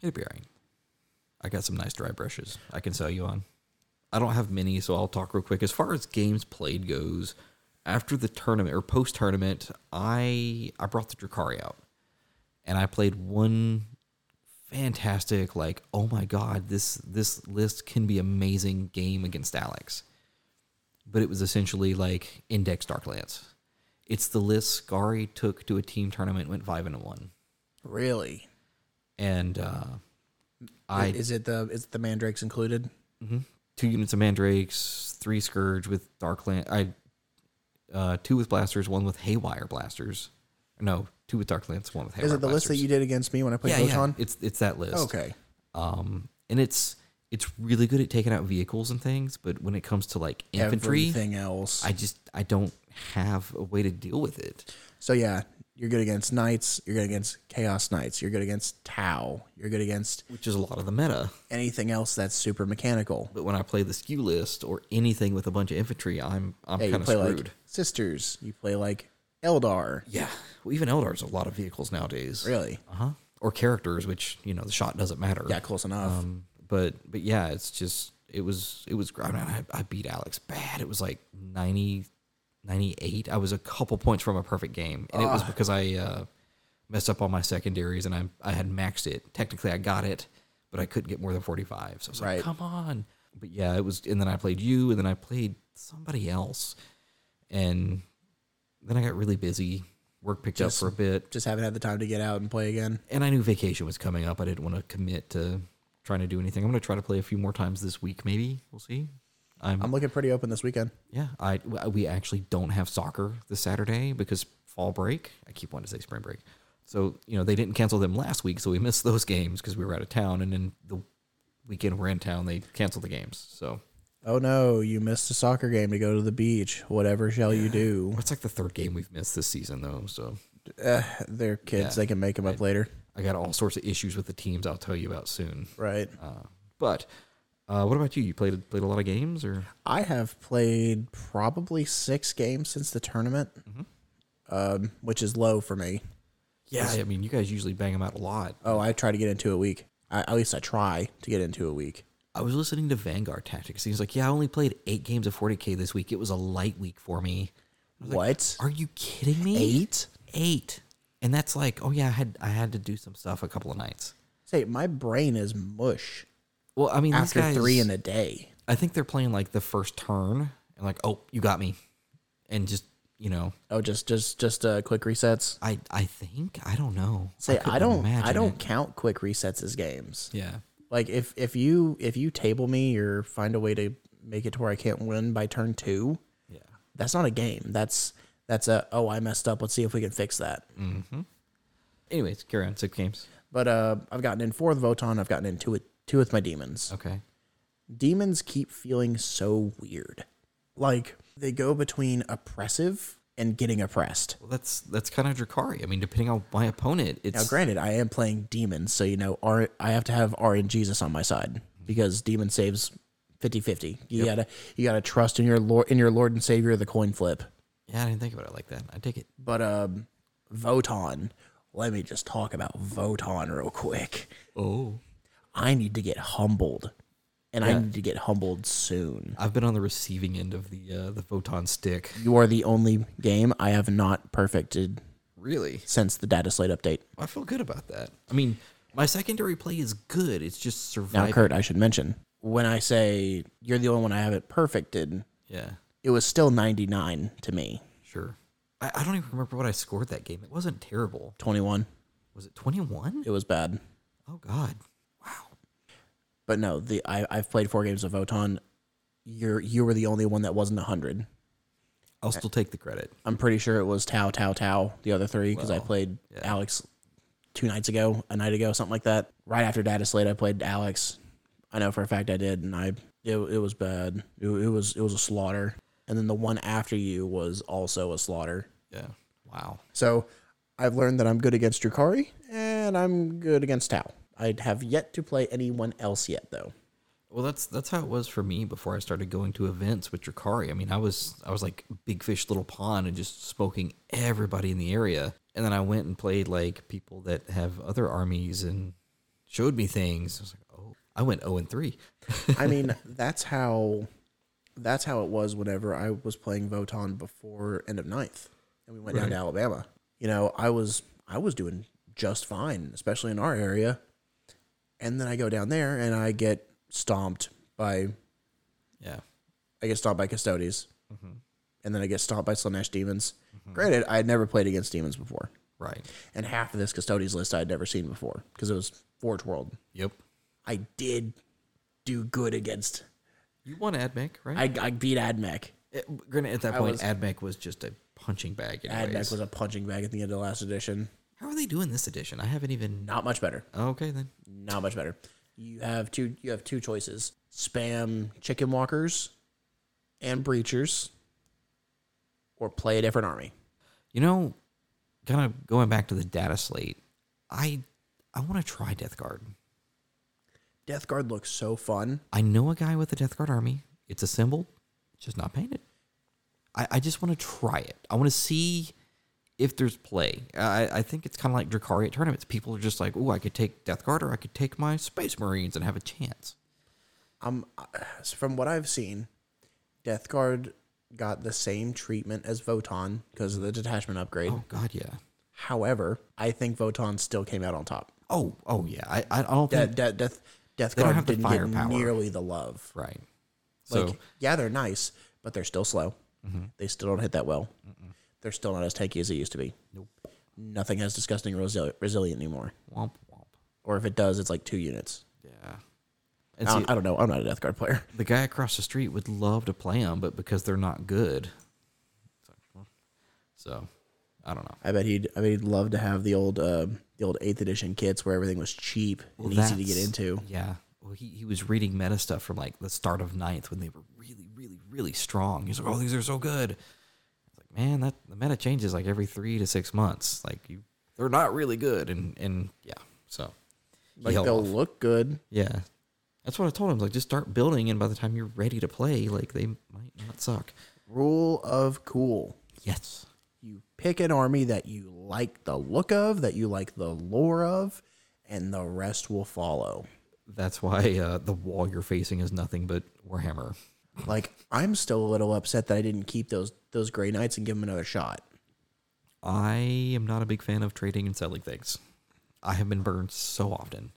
A: It'll be alright. I got some nice dry brushes I can sell you on. I don't have many, so I'll talk real quick. As far as games played goes, after the tournament or post tournament, I I brought the Drakari out, and I played one fantastic, like oh my god, this this list can be amazing game against Alex. But it was essentially like Index Darklance. It's the list Scary took to a team tournament, went five and one,
B: Really,
A: and uh, I
B: is it the is it the mandrakes included?
A: two units of mandrakes, three scourge with dark lan- I uh, two with blasters, one with haywire blasters. No, two with dark lance, one with haywire.
B: Is it the list that you did against me when I played
A: yeah, yeah.
B: Photon?
A: It's it's that list.
B: Okay,
A: Um, and it's it's really good at taking out vehicles and things, but when it comes to like infantry,
B: everything else.
A: I just I don't have a way to deal with it.
B: so yeah, you're good against knights. You're good against chaos knights. You're good against Tau. You're good against
A: Which is a lot of the meta.
B: anything else that's super mechanical.
A: But when I play the skew list or anything with a bunch of infantry, I'm I'm
B: Yeah, you
A: kind of
B: play
A: screwed.
B: like sisters. You play like Eldar.
A: yeah, well, even Eldar's a lot of vehicles nowadays.
B: Really?
A: uh huh, or characters, which you know the shot doesn't matter.
B: Yeah, close enough.
A: Um, but but yeah, it's just it was it was I, mean, I, I beat Alex bad. It was like 90, 98. I was a couple points from a perfect game, and
B: Ah.
A: it was because I uh, messed up on my secondaries and I I had maxed it. Technically, I got it, but I couldn't get more than forty five. So I was
B: Right.
A: like, come on. But yeah, it was. And then I played you, and then I played somebody else, and then I got really busy. Work picked up for a bit
B: Just haven't had the time to get out and play again.
A: and I knew vacation was coming up. I didn't want to commit to trying to do anything. I'm going to try to play a few more times this week. Maybe we'll see. I'm,
B: I'm looking pretty open this weekend.
A: yeah. I w- we actually don't have soccer this Saturday because fall break. I keep wanting to say spring break. So you know they didn't cancel them last week, so we missed *laughs* those games because we were out of town. And then the weekend we're in town, they canceled the games. So
B: Oh no, you missed a soccer game to go to the beach. Whatever shall you
A: *laughs*
B: do?
A: it's like the third game we've missed this season, though. So
B: They're kids, they can make them up later.
A: I got all sorts of issues with the teams. I'll tell you about soon.
B: Right.
A: Uh, but uh, what about you? You played played a lot of games, or
B: I have played probably six games since the tournament,
A: Mm-hmm.
B: um, which is low for me.
A: Yeah, I mean, you guys usually bang them out a lot.
B: Oh, I try to get into a week. I, at least I try to get into a week.
A: I was listening to Vanguard Tactics. He's like, "Yeah, I only played eight games of 40k this week. It was a light week for me."
B: What?
A: Are you kidding me?
B: Eight?
A: eight, and that's like, oh yeah, I had I had to do some stuff a couple of nights.
B: say my brain is mush
A: Well, I mean, these
B: after
A: guys,
B: three in a day.
A: I think they're playing like the first turn and like, oh, you got me, and just you know,
B: Oh, just just just uh, quick resets.
A: I I think I don't know.
B: Say
A: couldn't
B: I, don't I
A: imagine
B: don't
A: it.
B: count quick resets as games.
A: Yeah,
B: Like if if you if you table me or find a way to make it to where I can't win by turn two,
A: yeah.
B: that's not a game. That's that's a oh I messed up. Let's see if we can fix that.
A: Anyways, carry on. Six games.
B: But uh, I've gotten in four with Votan. I've gotten in two with two with my demons.
A: Okay.
B: Demons keep feeling so weird. Like they go between oppressive and getting oppressed.
A: Well, that's that's kind of Drakari. I mean, depending on my opponent, it's
B: Now, granted, I am playing demons, so you know, R- I have to have R and Jesus on my side because demon saves 50-50. You gotta you gotta trust in your lord in your Lord and Savior the coin flip.
A: yeah. I didn't think about it like that. I take it.
B: But um, Votan, let me just talk about Votan real quick.
A: Oh,
B: I need to get humbled, and I need to get humbled soon.
A: I've been on the receiving end of the uh, the photon stick.
B: You are the only game I have not perfected
A: Really,
B: since the data slate update.
A: I feel good about that. I mean, my secondary play is good. It's just
B: Now,
A: surviving.
B: Kurt, I should mention when I say you're the only one I haven't perfected,
A: yeah,
B: it was still 99 to me.
A: sure. I, I don't even remember what I scored that game. It wasn't terrible.
B: 21.
A: Was it twenty one?
B: It was bad.
A: Oh God. Wow.
B: But no, the I, I've played four games of Votan. You're you were the only one that wasn't 100.
A: I'll still take the credit.
B: I'm pretty sure it was Tau Tau Tau the other three because I
A: Well,
B: played
A: yeah.
B: Alex two nights ago, a night ago, something like that. Right after Data Slate, I played Alex. I know for a fact I did, and I it, it was bad. It, it was it was a slaughter. And then the one after you was also a slaughter.
A: Yeah. Wow.
B: So I've learned that I'm good against Drukari and I'm good against Tau. I have yet to play anyone else yet though.
A: Well, that's that's how it was for me before I started going to events with Drakari. I mean, I was I was like big fish, little pond, and just smoking everybody in the area. And then I went and played like people that have other armies and showed me things. I was like, oh, I went zero and three. *laughs*
B: I mean, that's how that's how it was whenever I was playing Votan before end of ninth, and we went down to Alabama. You know, I was I was doing just fine, especially in our area. And then I go down there and I get stomped by
A: Yeah,
B: I get stomped by custodies, and then I get stomped by Slanesh demons. Granted, I had never played against demons before,
A: right.
B: and half of this custodies list I had never seen before because it was Forge World.
A: Yep.
B: I did do good against.
A: You won Admech, right?
B: I, I beat Admech.
A: It- granted, at that point,
B: was-
A: Admech was just a punching bag. Anyways.
B: Admech was a punching bag at the end of the last edition.
A: How are they doing this edition? I haven't even.
B: Not much better.
A: Okay then.
B: Not much better. You have two. You have two choices: spam chicken walkers and breachers, or play a different army.
A: You know, kind of going back to the data slate, I I want to try Death Guard.
B: Death Guard looks so fun.
A: I know a guy with a Death Guard army. It's assembled, it's just not painted. I, I just want to try it. I want to see if there's play. I, I think it's kind of like Drakari at tournaments. People are just like, oh, I could take Death Guard or I could take my Space Marines and have a chance.
B: Um, from what I've seen, Death Guard got the same treatment as Votan because of the detachment upgrade.
A: Oh, God, yeah.
B: However, I think Votan still came out on top.
A: Oh, oh, yeah. I, I don't
B: De-
A: think.
B: de- death Death
A: don't
B: Guard
A: have the
B: didn't get
A: firepower.
B: nearly the love.
A: right. So, Mm-hmm.
B: Like, yeah, they're nice, but they're still slow. They still don't hit that well. They're still not as tanky as they used to be.
A: nope.
B: Nothing has disgusting resili- resilient anymore.
A: Womp, womp.
B: Or if it does, it's like two units.
A: Yeah. And
B: I
A: see,
B: don't, I don't know. I'm not a Death Guard player.
A: the guy across the street would love to play them, but because they're not good. it's like, well, So, I don't know.
B: I bet he'd. I bet he'd love to have the old uh, the old eighth edition kits where everything was cheap and easy to get
A: that's-
B: into.
A: Yeah. Well, he, he was reading meta stuff from like the start of ninth when they were really, really, really strong. He's like, oh, these are so good. It's like, man, that the meta changes like every three to six months. Like you, they're not really good. And and yeah, so he
B: Like
A: held
B: they'll
A: off.
B: look good.
A: yeah. That's what I told him. Like, just start building, and by the time you're ready to play, like they might not suck.
B: Rule of cool.
A: Yes.
B: You pick an army that you like the look of, that you like the lore of, and the rest will follow.
A: That's why uh, the wall you're facing is nothing but Warhammer.
B: Like I'm still a little upset that I didn't keep those those Grey Knights and give them another shot.
A: I am not a big fan of trading and selling things. I have been burned so often.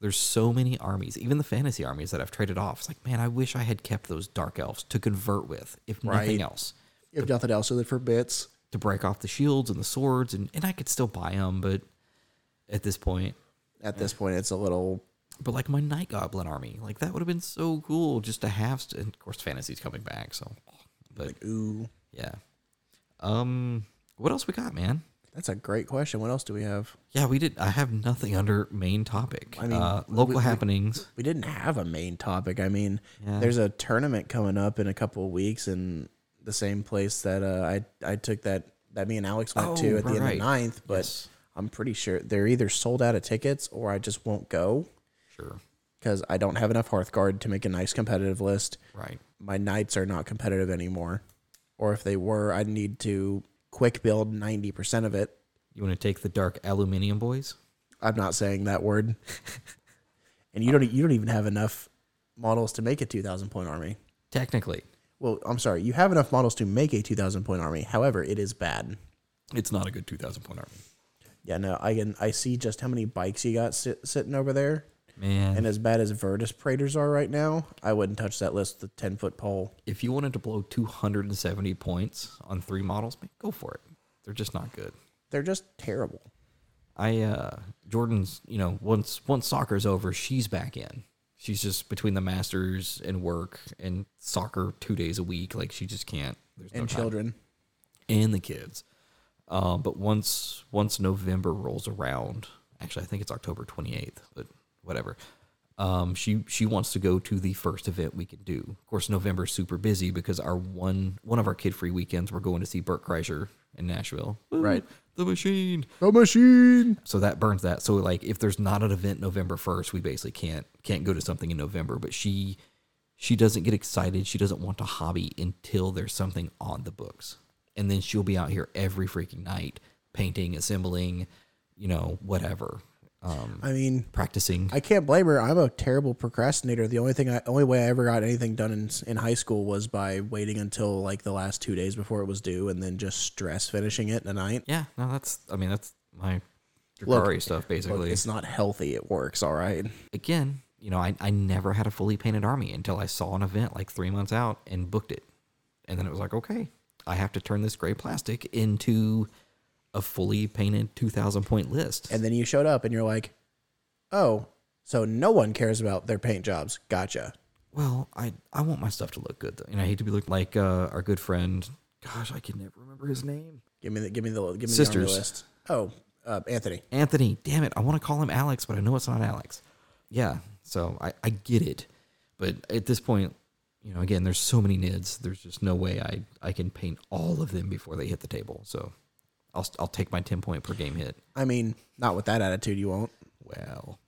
A: There's so many armies, even the fantasy armies that I've traded off. It's like, man, I wish I had kept those dark elves to convert with, if
B: Right.
A: nothing else,
B: If nothing else, so that for bits.
A: to break off the shields and the swords, and, and I could still buy them, but at this point,
B: At this point, it's a little
A: but like my night goblin army, like that would have been so cool just to have. St- and of course, fantasy's coming back, so but
B: like, ooh,
A: yeah. Um, what else we got, man?
B: that's a great question. What else do we have?
A: Yeah, we did. I have nothing under main topic.
B: mean,
A: uh,
B: we-
A: local
B: we-
A: happenings.
B: We didn't have a main topic. I mean,
A: Yeah.
B: there's a tournament coming up in a couple of weeks in the same place that uh, I I took that that me and Alex went
A: Oh,
B: to at the end of
A: right.
B: the ninth. But
A: Yes.
B: I'm pretty sure they're either sold out of tickets or I just won't go
A: Sure.
B: because I don't have enough Hearthguard to make a nice competitive list.
A: Right.
B: my knights are not competitive anymore. Or if they were, I'd need to quick build 90% of it.
A: You want to take the dark aluminium boys?
B: I'm not saying
A: *laughs*
B: that word. and you don't you don't even have enough models to make a 2000 point army.
A: Technically,
B: Well, I'm sorry. You have enough models to make a 2000 point army. However, it is bad.
A: it's not a good 2,000 point army.
B: Yeah, no. I can I see just how many bikes you got sit, sitting over there.
A: Man,
B: And as bad as Vertus Praters are right now, I wouldn't touch that list with a 10 foot pole.
A: if you wanted to blow 270 points on three models, man, go for it. They're just not good.
B: They're just terrible.
A: I uh Jordan's, you know, once once soccer's over, she's back in. She's just between the masters and work and soccer 2 days a week, like she just can't. There's no
B: And
A: time.
B: children.
A: and the kids. Um, but once once November rolls around, actually I think it's October 28th, but whatever. Um, she she wants to go to the first event we can do. Of course, November's super busy because our one one of our kid free weekends we're going to see Burt Kreischer in Nashville. Woo,
B: Right.
A: the machine.
B: The machine.
A: So that burns that. So like if there's not an event November 1st, we basically can't can't go to something in November, but she she doesn't get excited. She doesn't want to hobby until there's something on the books. And then she'll be out here every freaking night painting, assembling, you know, whatever. Um
B: I mean,
A: practicing.
B: I can't blame her. I'm a terrible procrastinator. The only thing, I, only way I ever got anything done in in high school was by waiting until like the last two days before it was due, and then just stress finishing it in a night.
A: yeah, no that's I mean that's my
B: Look,
A: Dracari stuff
B: Look,
A: basically.
B: it's not healthy. It works all right.
A: Again, you know, I, I never had a fully painted army until I saw an event like three months out and booked it. And then it was like, okay, I have to turn this gray plastic into a fully painted 2,000 point list.
B: And then you showed up, and you're like, "Oh, so no one cares about their paint jobs? Gotcha."
A: well, I, I want my stuff to look good, though. And I hate to be look like uh, our good friend, gosh, I can never remember his name.
B: Give me the give me the give me the
A: Sisters.
B: army list. Oh, uh, Anthony.
A: Anthony, damn it. I want to call him Alex, but I know it's not Alex. Yeah. So I, I get it. But at this point, you know, again, there's so many nids. There's just no way I, I can paint all of them before they hit the table. So I'll, I'll take my 10 point per game hit.
B: I mean, not with that attitude, you won't.
A: Well,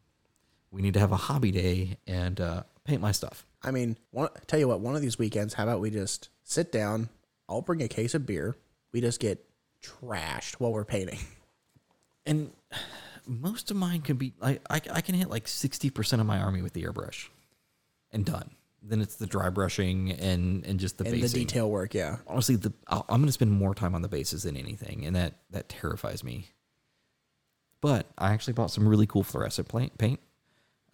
A: we need to have a hobby day and uh, paint my stuff.
B: I mean, one, tell you what, one of these weekends, how about we just sit down? I'll bring a case of beer. We just get trashed while we're painting. *laughs*
A: And most of mine can be, I, I, I can hit like 60% of my army with the airbrush and done. Then it's the dry brushing and, and just the
B: And the
A: basing.
B: detail work, yeah.
A: honestly, the I'll, I'm going to spend more time on the bases than anything, and that that terrifies me. But I actually bought some really cool fluorescent paint. paint.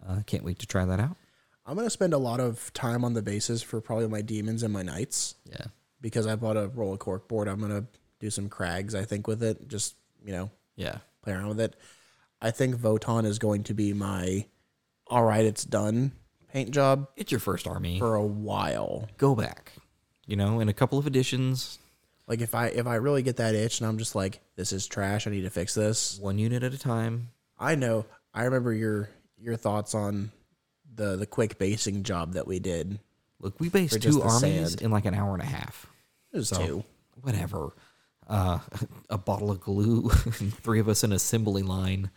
A: Uh, can't wait to try that out.
B: I'm gonna spend a lot of time on the bases for probably my demons and my knights
A: Yeah,
B: because I bought a roll of cork board. I'm gonna do some crags, I think, with it. Just you know,
A: yeah,
B: play around with it. I think Votan is going to be my all right, it's done paint job
A: it's your first army.
B: for a while.
A: Go back, you know, in a couple of editions,
B: Like if I if I really get that itch and I'm just like, this is trash, I need to fix this.
A: one unit at a time.
B: I know. I remember your your thoughts on the the quick basing job that we did.
A: Look, we based
B: just
A: two
B: the
A: armies
B: sand.
A: in like an hour and a half.
B: It was two.
A: Whatever. Uh, *laughs* a bottle of glue, *laughs* three of us in assembly line.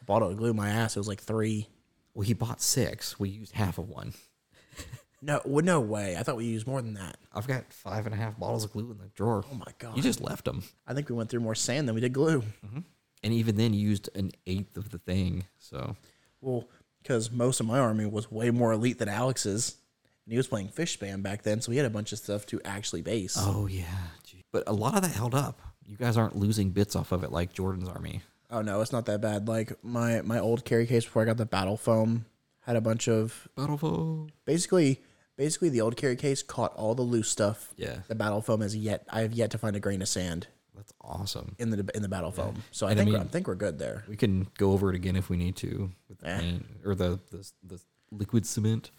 B: A bottle of glue my ass. It was like three.
A: Well, he bought six. We used half of one.
B: No, well, no way. I thought we used more than that.
A: I've got five and a half bottles of glue in the drawer.
B: Oh my god.
A: You just left them.
B: I think we went through more sand than we did glue.
A: And even then, you used an eighth of the thing. So,
B: Well, because most of my army was way more elite than Alex's, and he was playing fish spam back then, so he had a bunch of stuff to actually base.
A: oh, yeah. gee. But a lot of that held up. You guys aren't losing bits off of it like Jordan's army.
B: Oh no, it's not that bad. Like my my old carry case before I got the battle foam had a bunch of
A: Battle foam.
B: basically basically the old carry case caught all the loose stuff.
A: Yeah,
B: The battle foam has yet I have yet to find a grain of sand
A: that's awesome.
B: in the in the battle foam. So I
A: And I
B: think we're- I
A: mean-
B: think we're good there.
A: We can go over it again if we need to with the
B: Eh.
A: paint or the, the the liquid cement.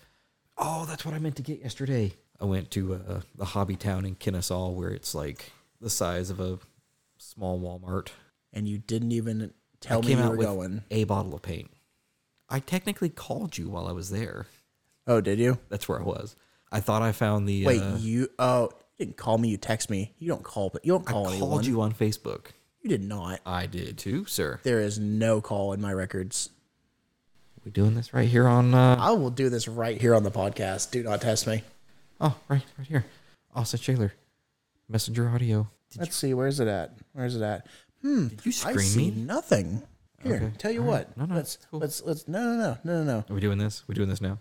A: Oh, that's what I meant to get yesterday. I went to uh, the hobby town in Kennesaw where it's like the size of a small Walmart.
B: And you didn't even tell
A: I
B: me
A: came
B: you
A: out
B: were
A: with
B: going.
A: a bottle of paint. I technically called you while I was there.
B: Oh, did you?
A: That's where I was. I thought I found the.
B: Wait,
A: uh,
B: you oh you didn't call me, you text me. You don't call but you don't
A: I
B: call
A: called
B: anyone. You.
A: you on Facebook.
B: did not.
A: I did too, sir.
B: There is no call in my records.
A: We doing this right here on. Uh,
B: I will do this right here on the podcast. Do not test me.
A: oh, right, right here. Austin Shaler, Messenger Audio. Did
B: Let's see, where's it at? Where's it at? Hmm.
A: Did you
B: I
A: screen
B: see
A: me?
B: nothing. Here,
A: Okay.
B: tell you
A: All
B: what.
A: right. No, no,
B: let's
A: it's cool.
B: let's let's no no no no no no.
A: Are we doing this? we doing this now?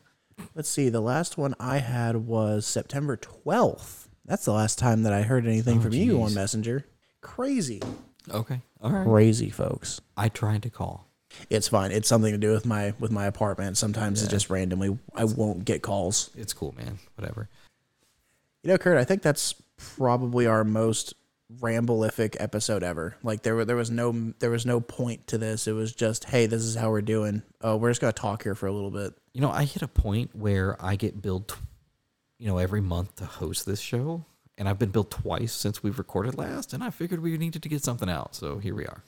B: Let's see. The last one I had was September twelfth. That's the last time that I heard anything
A: Oh,
B: from you on
A: jeez.
B: Messenger. Crazy,
A: Okay. All right.
B: crazy folks.
A: I tried to call.
B: It's fine. It's something to do with my with my apartment. Sometimes it's just randomly. I won't get calls.
A: It's cool, man. Whatever.
B: You know, Kurt, I think that's probably our most rambleific episode ever. Like there were there was no there was no point to this. It was just, hey, this is how we're doing. Oh, we're just gonna talk here for a little bit.
A: You know, I hit a point where I get billed, tw- you know, every month to host this show, and I've been billed twice since we've recorded last, and I figured we needed to get something out, so here we are.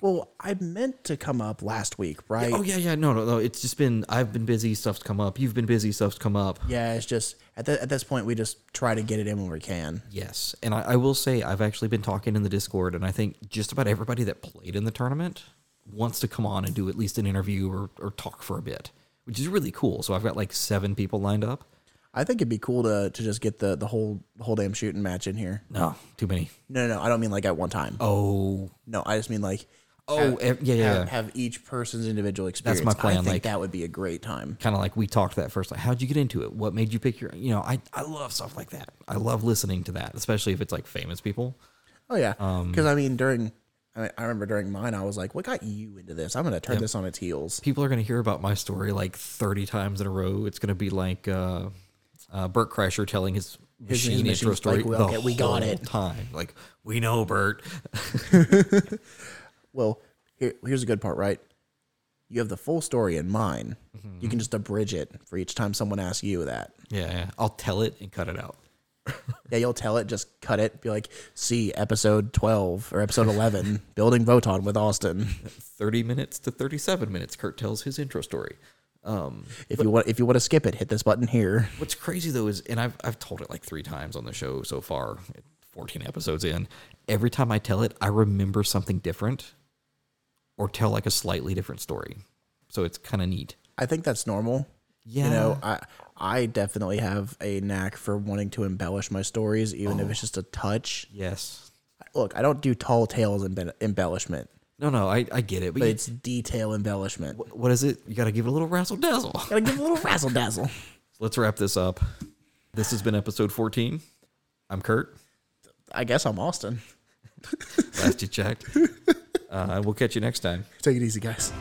B: Well, I meant to come up last week, right?
A: Oh yeah, yeah, no, no, no. It's just been I've been busy. Stuff's come up. You've been busy. Stuff's come up.
B: Yeah, it's just at the, at this point we just try to get it in when we can.
A: Yes, and I, I will say I've actually been talking in the Discord, and I think just about everybody that played in the tournament wants to come on and do at least an interview or, or talk for a bit, which is really cool. So I've got like seven people lined up.
B: I think it'd be cool to to just get the the whole the whole damn shooting match in here.
A: No, too many.
B: No, no, no, I don't mean like at one time.
A: Oh,
B: No, I just mean like
A: oh, ev- yeah, yeah.
B: have, have each person's individual experience.
A: my
B: I
A: plan,
B: think
A: like-
B: that would be a great time.
A: Kind of like we talked that first. Like, how'd you get into it? What made you pick your? You know, I I love stuff like that. I love listening to that, especially if it's like famous people.
B: Oh yeah, because I mean during, I, mean, I remember during mine, I was like, "What got you into this? I'm gonna turn this on its heels."
A: people are going to hear about my story like 30 times in a row. It's going to be like uh, uh, Bert Kreischer telling his,
B: His- his
A: machine intro
B: machine's
A: story
B: like, well,
A: the
B: okay, we got
A: whole
B: it.
A: time. Like, we know, Bert.
B: Well, here, here's a good part, right? You have the full story in mine. You can just abridge it for each time someone asks you that.
A: yeah, yeah, I'll tell it and cut it out.
B: Yeah, you'll tell it, just cut it, be like, "See episode 12 or episode 11, building Voton with Austin."
A: 30 minutes to 37 minutes, Kurt tells his intro story. Um,
B: If you want, if you want to skip it, hit this button here.
A: What's crazy though is, and I've I've told it like three times on the show so far, fourteen episodes in. Every time I tell it, I remember something different, or tell like a slightly different story. So it's kind of neat.
B: I think that's normal.
A: Yeah,
B: You know, I I definitely have a knack for wanting to embellish my stories, even if it's just a touch.
A: yes,
B: look, I don't do tall tales and embellishment,
A: No, no, I, I get it. But,
B: but
A: you-
B: it's detail embellishment.
A: what is it? You got to give it a little razzle dazzle.
B: Gotta give a little razzle dazzle.
A: Let's wrap this up. This has been episode 14. I'm Kurt.
B: I guess I'm Austin.
A: Last you checked. Uh, we'll catch you next time.
B: Take it easy, guys.